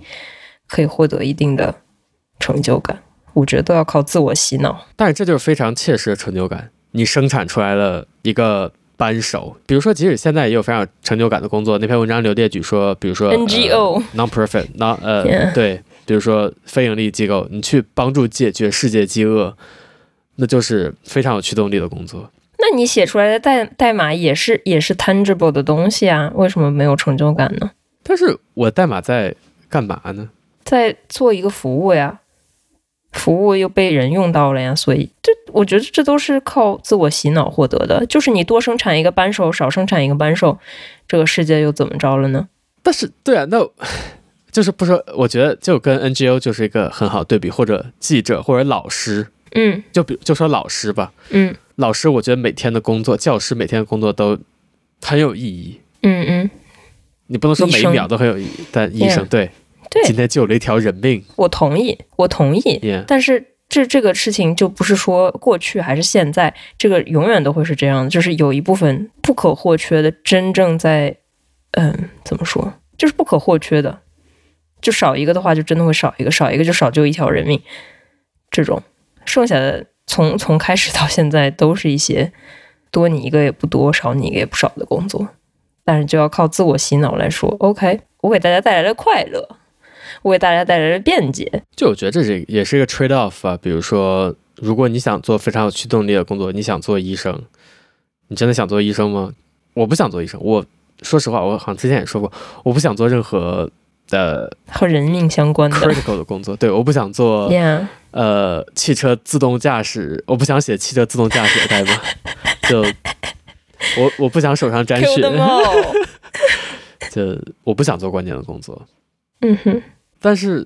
S1: 可以获得一定的。成就感，我觉得都要靠自我洗脑。
S2: 但是这就是非常切实的成就感。你生产出来了一个扳手，比如说，即使现在也有非常有成就感的工作。那篇文章刘烈举说，比如说
S1: NGO、
S2: non profit、non 呃
S1: Yeah
S2: 对，比如说非盈利机构，你去帮助解决世界饥饿，那就是非常有驱动力的工作。
S1: 那你写出来的代代码也是也是 tangible 的东西啊，为什么没有成就感呢？
S2: 但是我代码在干嘛呢？
S1: 在做一个服务呀，服务又被人用到了呀，所以这我觉得这都是靠自我洗脑获得的。就是你多生产一个扳手，少生产一个扳手，这个世界又怎么着了呢？
S2: 但是对啊，那 就是不说，我觉得就跟 NGO 就是一个很好对比，或者记者或者老师，
S1: 嗯
S2: 就比就说老师吧，
S1: 嗯
S2: 老师我觉得每天的工作，教师每天的工作都很有意义。
S1: 嗯嗯，
S2: 你不能说每
S1: 医
S2: 一
S1: 生
S2: 秒都很有意义，但医生
S1: Yeah
S2: 对，
S1: 对
S2: 今天救了一条人命
S1: 我同意，我同意。
S2: ，yeah，
S1: 但是这这个事情就不是说过去还是现在，这个永远都会是这样的，就是有一部分不可或缺的，真正在，嗯，怎么说，就是不可或缺的，就少一个的话，就真的会少一个，少一个就少救一条人命，这种剩下的从从开始到现在都是一些多你一个也不多，少你一个也不少的工作，但是就要靠自我洗脑来说，OK，我给大家带来了快乐，我给大家带来了便捷，
S2: 就我觉得这是也是一个 trade off 啊。比如说，如果你想做非常有驱动力的工作，你想做医生，你真的想做医生吗？我不想做医生，我说实话，我好像之前也说过，我不想做任何的
S1: 和人命相关的。
S2: critical 的工作，对，我不想做
S1: Yeah，
S2: 呃，汽车自动驾驶，我不想写汽车自动驾驶的 代码，就我我不想手上沾
S1: Kill them
S2: 血，
S1: all
S2: 就我不想做关键的工作。
S1: 嗯哼，
S2: 但是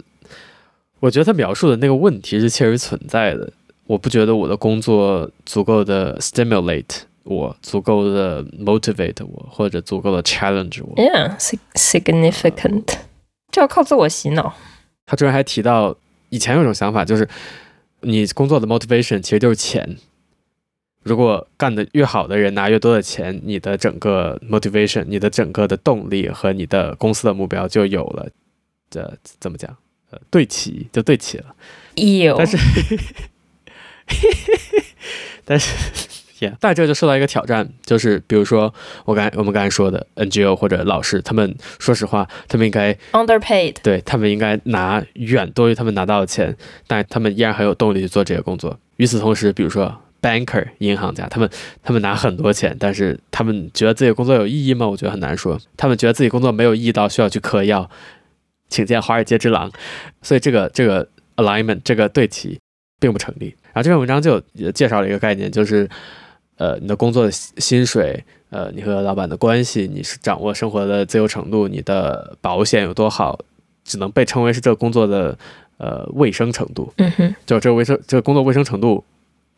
S2: 我觉得他描述的那个问题是切实存在的，我不觉得我的工作足够的 stimulate 我，足够的 motivate 我，或者足够的 challenge 我。
S1: ，Yeah，significant，这要靠自我洗脑。
S2: 他居然还提到，以前有一种想法，就是你工作的 motivation 其实就是钱。如果干得越好的人拿越多的钱，你的整个 motivation、你的整个的动力和你的公司的目标就有了，这怎么讲？呃，对齐就对齐了。
S1: 有
S2: 但，是， 但是，yeah，但这就受到一个挑战，就是比如说我刚才我们刚才说的 NGO 或者老师，他们说实话，他们应该
S1: underpaid，
S2: 对他们应该拿远多于他们拿到的钱，但他们依然很有动力去做这个工作。与此同时，比如说 banker 银行家，他们他们拿很多钱，但是他们觉得自己的工作有意义吗？我觉得很难说。他们觉得自己工作没有意义到需要去嗑药，请见《华尔街之狼》。所以这个这个 alignment 这个对齐并不成立。然后这篇文章就有也介绍了一个概念，就是呃你的工作的薪薪水。呃，你和老板的关系，你是掌握生活的自由程度，你的保险有多好，只能被称为是这个工作的呃卫生程度。
S1: 嗯哼，
S2: 就这个卫生，这个工作卫生程度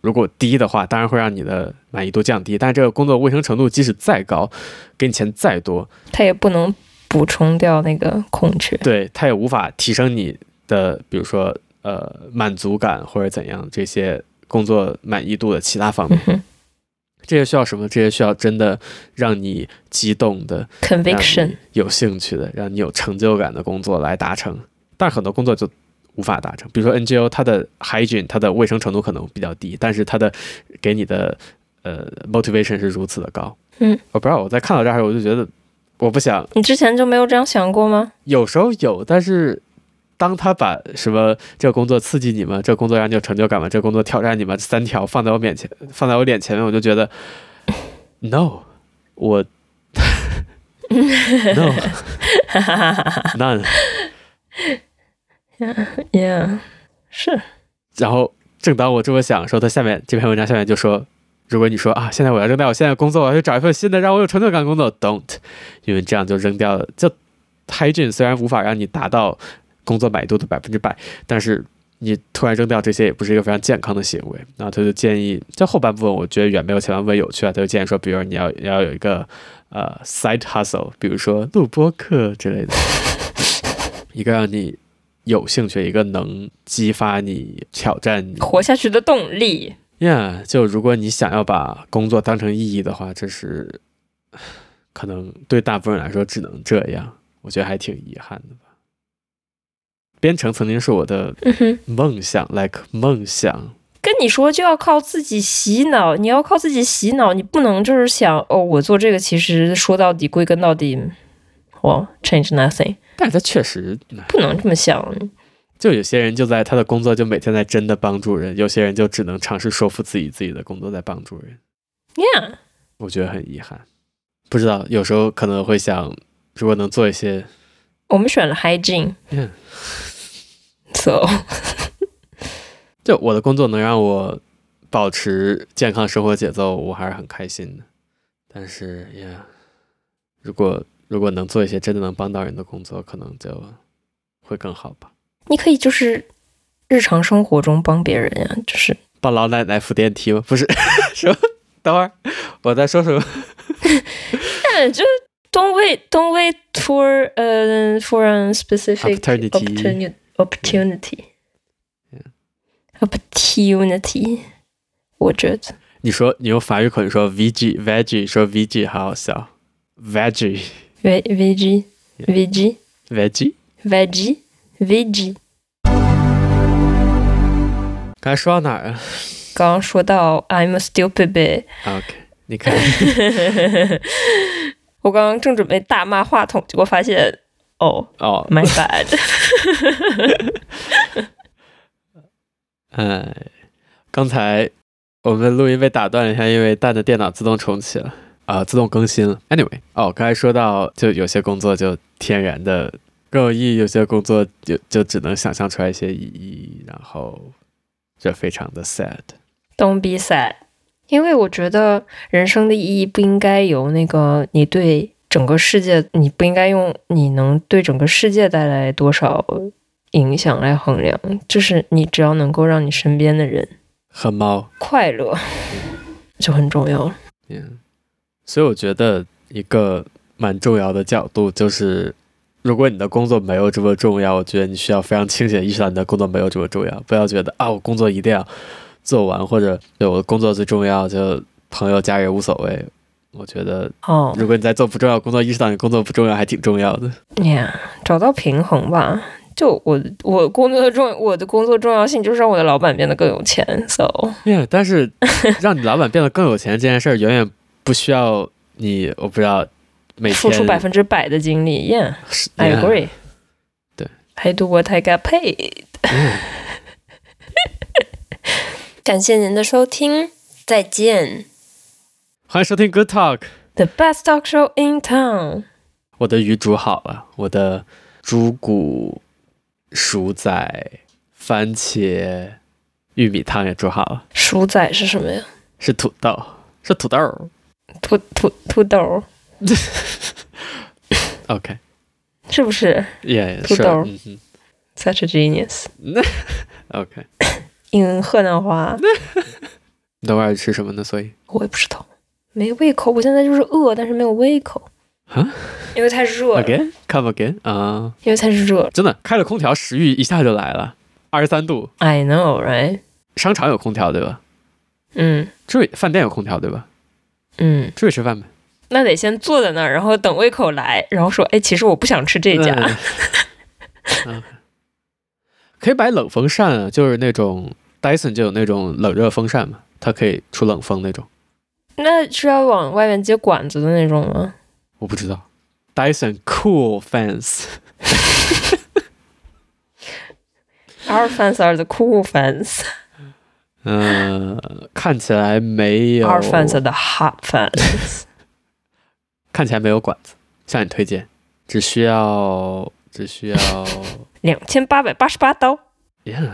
S2: 如果低的话，当然会让你的满意度降低。但是这个工作卫生程度即使再高，给你钱再多，
S1: 它也不能补充掉那个空缺。
S2: 对它也无法提升你的，比如说呃满足感或者怎样这些工作满意度的其他方
S1: 嗯
S2: 面。
S1: 哼
S2: 这些需要什么？这些需要真的让你激动的让
S1: ，conviction
S2: 你。有兴趣的、让你有成就感的工作来达成。但是很多工作就无法达成，比如说 NGO，它的 hygiene，它的卫生程度可能比较低，但是它的给你的呃 motivation 是如此的高。
S1: 嗯，
S2: 我不知道，我在看到这儿，我就觉得我不想，
S1: 你之前就没有这样想过 吗？
S2: 有时候有，但是。当他把什么这个工作刺激你们，这个工作让你有成就感吗？这个工作挑战你们，这三条放在我面前， 放在我脸前面，我就觉得，no，我 ，no，
S1: 哈哈哈哈哈
S2: none。
S1: ，Yeah，是，
S2: 然后正当我这么想的时候，他下面这篇文章下面就说，如果你说啊，现在我要扔掉我现在的工作，我要去找一份新的让我有成就感的工作，don't，因为这样就扔掉了。就 hygiene 虽然无法让你达到工作满意度的百分之百，但是你突然扔掉这些也不是一个非常健康的行为。然后他就建议，这后半部分我觉得远没有前半部分有趣啊。他就建议说，比如你要你要有一个呃 side hustle，比如说录播课之类的，一个让你有兴趣，一个能激发你挑战你。
S1: 活下去的动力。
S2: Yeah，就如果你想要把工作当成意义的话，这是 可能对大部分人来说只能这样，我觉得还挺遗憾的吧。编程曾经是我的
S1: 嗯哼，
S2: 梦想，like 梦想。
S1: 跟你说就要靠自己洗脑，你要靠自己洗脑，你不能就是想哦，我做这个其实说到底归根到底，我 change nothing，
S2: 但是他确实，哎
S1: 不能这么想。
S2: 就有些人就在他的工作就每天在真的帮助人，有些人就只能尝试说服自己自己的工作在帮助人。
S1: Yeah，
S2: 我觉得很遗憾，不知道有时候可能会想，如果能做一些，
S1: 我们选了 hygiene，
S2: 嗯，
S1: so
S2: 就我的工作能让我保持健康生活节奏，我还是很开心的。但是呀，如果如果能做一些真的能帮到人的工作，可能就会更好吧。
S1: 你可以就是日常生活中帮别人呀、就是
S2: 帮老奶奶扶电梯吗？不是， 什么？等会儿我在说什么？
S1: 但就是 don't wait don't wait for 呃、for a specific opportunity
S2: Opportunity.
S1: opportunity opportunity，我觉得
S2: 你说你用法语口音说 vg vg 说 vg 好好笑，vg
S1: v v g v g
S2: vg。
S1: v g v g，
S2: 刚才说到哪儿了
S1: 刚刚说到 I'm a stupid bitch。
S2: 啊？OK，你看，
S1: 我刚刚正准备大骂话筒，结果发现，哦、
S2: 哦，
S1: m y bad。
S2: 哎，刚才我们的录音被打断了一下，因为蛋的电脑自动重启了，啊、自动更新了。Anyway，哦，刚才说到，就有些工作就天然的更有意义，有些工作就就只能想象出来一些意义，然后这非常的 sad。
S1: Don't be sad，因为我觉得人生的意义不应该由那个你对整个世界，你不应该用你能对整个世界带来多少影响来衡量，就是你只要能够让你身边的人
S2: 和猫，
S1: 快乐， 就很重要了。
S2: 嗯，所以我觉得一个蛮重要的角度就是。如果你的工作没有这么重要，我觉得你需要非常清醒地意识到你的工作没有这么重要，不要觉得啊，我工作一定要做完，或者对我的工作最重要，就朋友、家人无所谓。我觉得，
S1: 哦、
S2: 如果你在做不重要的工作，意识到你工作不重要，还挺重要的。
S1: yeah,，找到平衡吧。就我我工作的重我的工作重要性就是让我的老板变得更有钱，so
S2: 对呀，但是让你老板变得更有钱这件事儿，远远不需要你，我不知道每天
S1: 付出百分哎之百的精力，yeah。
S2: 是
S1: I
S2: yeah
S1: agree.
S2: 对
S1: ，I do what I got paid. 感谢您的收听，再见。
S2: 欢迎收听 Good Talk。
S1: The best talk show in town.
S2: 我的鱼煮好了，我的猪骨、薯仔、番茄、玉米汤也煮好了，
S1: 薯仔是什么呀？
S2: 是土豆，是土豆 儿。
S1: 土土土豆
S2: OK，
S1: 是不是
S2: 也、yeah,
S1: 土豆儿
S2: 是，嗯
S1: ？Such a genius.
S2: 哼，OK。
S1: 嗯，河南话
S2: 你等会儿吃什么呢？所以
S1: 我也不知道，没胃口。我现在就是饿，但是没有胃口
S2: 啊，
S1: 因为太热了，
S2: ，again，come again 啊、
S1: 因为太热了。
S2: 真的开了空调，食欲一下就来了，二十三度。
S1: I know, right?
S2: 商场有空调对吧？
S1: 嗯
S2: 这里饭店有空调对吧？
S1: 嗯，
S2: 出去吃饭呗。
S1: 那得先坐在那儿，然后等胃口来，然后说，哎，其实我不想吃这家。
S2: 嗯 OK 可以买冷风扇啊，就是那种 Dyson 就有那种冷热风扇嘛，它可以出冷风那种。
S1: 那是要往外面接管子的那种吗？
S2: 我不知道，Dyson Cool Fans，
S1: Our fans are the cool fans.
S2: 嗯、看起来没有
S1: Our fans are the hot fans.
S2: 看起来没有管子，向你推荐，只需要只需要
S1: 两千八百八十八刀，
S2: ，yeah，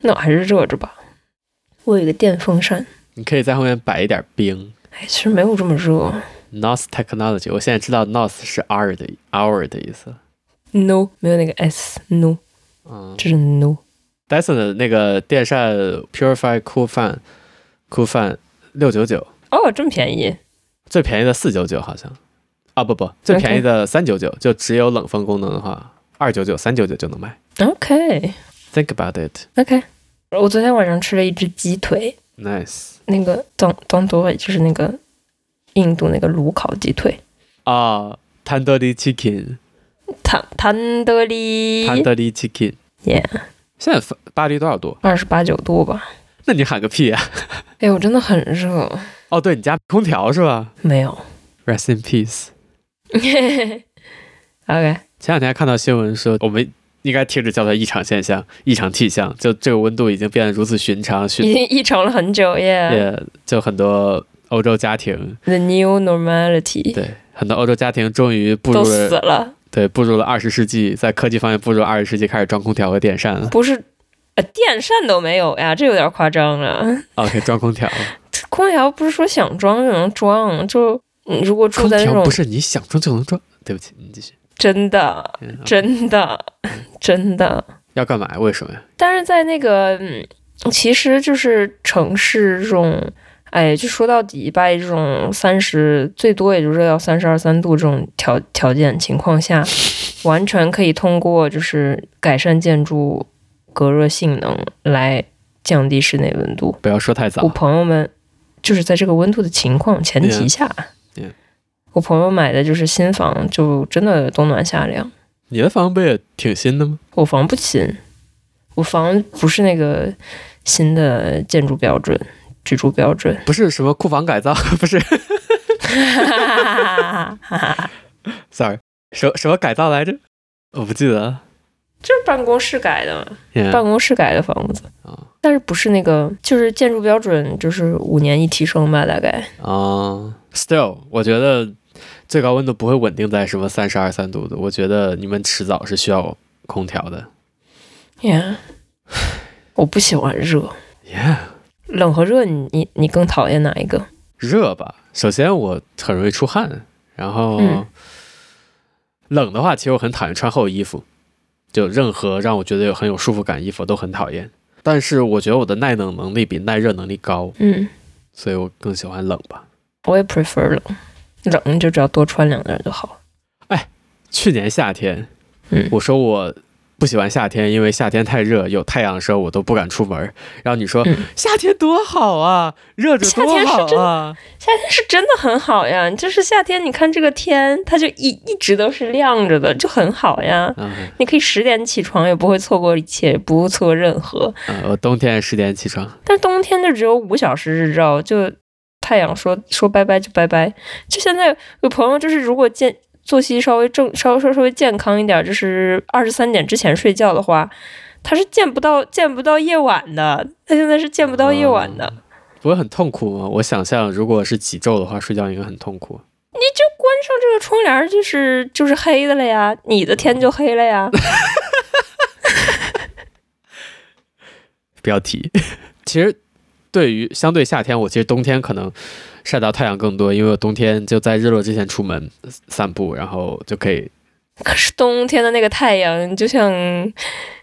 S1: 那我还是热着吧。我有一个电风扇，
S2: 你可以在后面摆一点冰。
S1: 哎，其实没有这么热。
S2: NOS Technology，我现在知道 NOS 是 hour 的 hour 的意思。
S1: No，没有那个 S，No，
S2: 嗯
S1: 这是 No。
S2: ，Dyson 的那个电扇 Purify Cool Fan Cool Fan 六九九，
S1: 哦，这么便宜，
S2: 最便宜的四九九好像。啊不不，最便宜的三九九，就只有冷风功能的话，二九九、三九九就能买。
S1: OK
S2: Think about it,
S1: OK，我昨天晚上吃了一只鸡腿，
S2: nice
S1: 那个当当多伟就是那个印度那个炉烤鸡腿，
S2: 啊、t a n d o r i chicken,
S1: 坦坦德利
S2: t a n d o r i chicken。
S1: ，Yeah，
S2: 现在法巴黎多少度？
S1: 二十八九度吧。
S2: 那你喊个屁啊！
S1: 哎，我真的很热，
S2: 哦，对你家空调是吧
S1: 没有。
S2: ？Rest in peace。
S1: OK，
S2: 前两天看到新闻说，我们应该停止叫它异常现象、异常气象，就这个温度已经变得如此寻常，
S1: 已
S2: 寻
S1: 经异常了很久，Yeah，The
S2: 也就很多欧洲家庭，
S1: new normality
S2: 对很多欧洲家庭终于步入
S1: 都
S2: 了
S1: 死了，
S2: 对步入了二十世纪，在科技方面步入二十世纪，开始装空调和电扇了。
S1: 不是，呃，电扇都没有呀，这有点夸张了。
S2: OK，装空调，
S1: 空调不是说想装就能装，就你如果 住
S2: 空
S1: 在那
S2: 调
S1: 种
S2: 不是你想装就能装。对不起，你继续。
S1: 真的、
S2: 嗯，OK
S1: 真的、真的，
S2: 要干嘛呀？为什么呀？
S1: 但是在那个，嗯，其实就是城市这种，哎，就说到底吧，这种三十最多也就热到三十二三度这种条条件情况下，完全可以通过就是改善建筑隔热性能来降低室内温度。
S2: 不要说太早
S1: 我。朋友们就是在这个温度的情况前提
S2: Yeah.
S1: 下
S2: Yeah.
S1: 我朋友买的就是新房，就真的冬暖夏凉。
S2: 你的房不也挺新的吗？
S1: 我房不新，我房不是那个新的建筑标准、居住标准。
S2: 不是什么库房改造， 不是，sorry，什什么改造来着？我不记得了。
S1: 这是办公室改的嗯嘛，办
S2: Yeah,
S1: 公室改的房子
S2: 啊
S1: 但是不是那个，就是建筑标准就是五年一提升吧，大概。
S2: 啊、s t i l l 我觉得最高温度不会稳定在什么三十二三度的。我觉得你们迟早是需要空调的。
S1: Yeah，我不喜欢热，
S2: Yeah，
S1: 冷和热你你你更讨厌哪一个？
S2: 热吧。首先我很容易出汗，然后、
S1: 嗯
S2: 冷的话，其实我很讨厌穿厚衣服，就任何让我觉得有很有舒服感的衣服我都很讨厌。但是我觉得我的耐冷能力比耐热能力高，
S1: 嗯，
S2: 所以我更喜欢冷吧。
S1: 我也 prefer 冷，冷就只要多穿两件就好。
S2: 去年夏天，
S1: 嗯
S2: 我说我不喜欢夏天，因为夏天太热，有太阳的时候我都不敢出门。然后你说、
S1: 嗯
S2: 夏天多好啊，热着
S1: 夏
S2: 多
S1: 天是
S2: 好
S1: 真
S2: 啊，
S1: 夏天是真的很好呀，就是夏天，你看这个天，它就一一直都是亮着的，就很好呀。
S2: 嗯
S1: 你可以十点起床，也不会错过一切，也不会错过任何。
S2: 嗯，我冬天十点起床，
S1: 但是冬天就只有五小时日照，就太阳说说拜拜就拜拜。就现在有朋友就是，如果健作息稍微正稍微稍微健康一点，就是二十三点之前睡觉的话，他是见不到见不到夜晚的。他现在是见不到夜晚的。
S2: 不会很痛苦吗？我想象如果是极昼的话，睡觉应该很痛苦。
S1: 你就关上这个窗帘儿，就是就是黑的了呀，你的天就黑了呀。
S2: 标题。 其实对于相对夏天，我其实冬天可能晒到太阳更多，因为我冬天就在日落之前出门呃散步，然后就可以
S1: 可是冬天的那个太阳，就像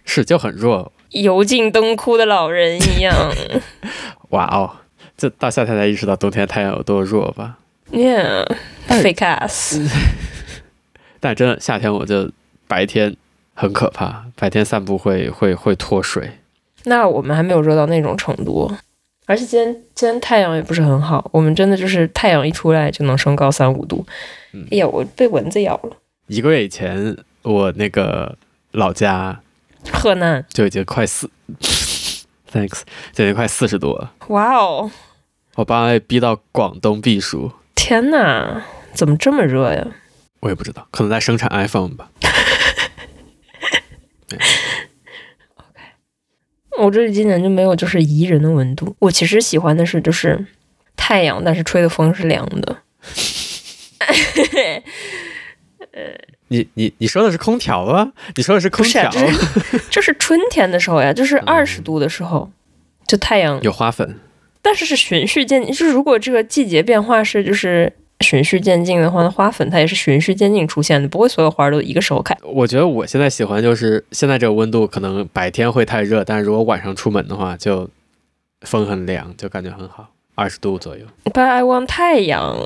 S2: 是就很弱。
S1: 油尽灯枯的老人一 样。
S2: 哇哦，就到夏天才意识到冬天太阳有多弱吧。哎
S1: Yeah，fake ass。
S2: 但真的夏天我就白天很可怕，白天散步会会会脱水。
S1: 那我们还没有热到那种程度，而且今天今天太阳也不是很好，我们真的就是太阳一出来就能升高三五度。
S2: 嗯
S1: 哎呀，我被蚊子咬了，
S2: 一个月以前，我那个老家
S1: 河南，
S2: 就已经快四 ，thanks，就已经快四十度了。
S1: 哇哦，
S2: 我爸妈被逼到广东避暑，
S1: 天哪，怎么这么热呀？
S2: 我也不知道，可能在生产 iPhone 吧。
S1: 我这里今年就没有就是宜人的温度。我其实喜欢的是就是太阳，但是吹的风是凉的。
S2: 你你你说的是空调
S1: 啊
S2: 吗？你说的是空调？
S1: 不是这是春天的时候呀，就是二十度的时候，就太阳，
S2: 嗯有花粉，
S1: 但是是循序渐进。就是如果这个季节变化是就是循序渐进的话，那花粉它也是循序渐进出现的，不会所有花儿都一个时候开。
S2: 我觉得我现在喜欢就是现在这个温度，可能白天会太热，但是如果晚上出门的话，就风很凉，就感觉很好，二十度左右。
S1: But I want 太阳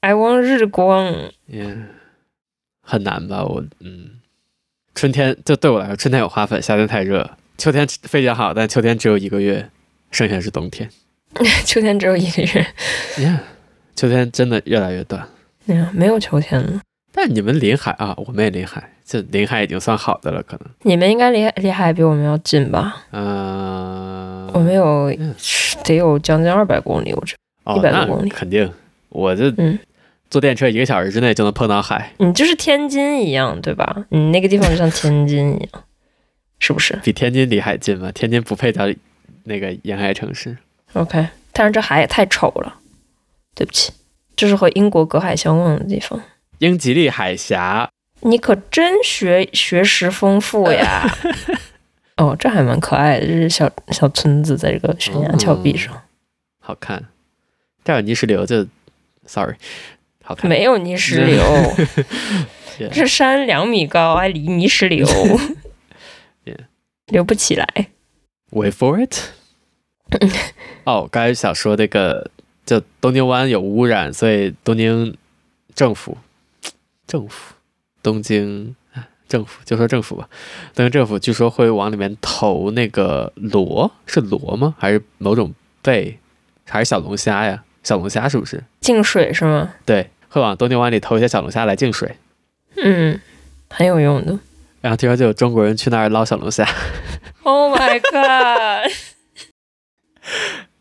S1: ，I want 日光。
S2: 也很难吧？我嗯，春天就对我来说，春天有花粉，夏天太热，秋天非常好，但秋天只有一个月，剩下是冬天。
S1: 秋天只有一个月，
S2: Yeah，秋天真的越来越短。
S1: 哎呀，没有秋天了。
S2: 但你们临海啊，我们也临海，这临海已经算好的了，可能。
S1: 你们应该离离海比我们要近吧？
S2: 嗯、
S1: 我们有
S2: 嗯
S1: 得有将近二百公里，我觉
S2: 哦，
S1: 100多
S2: 那
S1: 公里
S2: 肯定，我这
S1: 嗯
S2: 坐电车一个小时之内就能碰到海，
S1: 得你就是天津一样，对吧？你那个地方就像天津一样，是不是
S2: 比天津离海近吗？天津不配叫那个沿海城市。
S1: ？OK，但是这海也太丑了，对不起，这是和英国隔海相望的地方。
S2: 英吉利海峡
S1: 你可真学学识丰富呀！哦，这还蛮可爱的，这是小小村子在这个悬崖峭壁上，
S2: 好看，但有泥石流就，sorry，好看。
S1: 没有泥石流，
S2: Yeah
S1: 这山两米高，还离泥石流
S2: Yeah
S1: 流不起来。
S2: Wait for it 。哦，刚才想说那个，就东京湾有污染，所以东京政府，政府，东京哎政府就说政府吧，东京政府据说会往里面投那个螺，是螺吗？还是某种贝？还是小龙虾呀？小龙虾是不是？
S1: 净水是吗？
S2: 对，会往东京湾里投一些小龙虾来净水。
S1: 嗯，很有用的。
S2: 然后听说就有中国人去那儿捞小龙虾。
S1: Oh my god！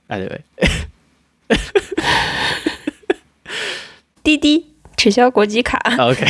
S2: 哎对，
S1: 滴滴取消国籍卡，
S2: Oh, OK，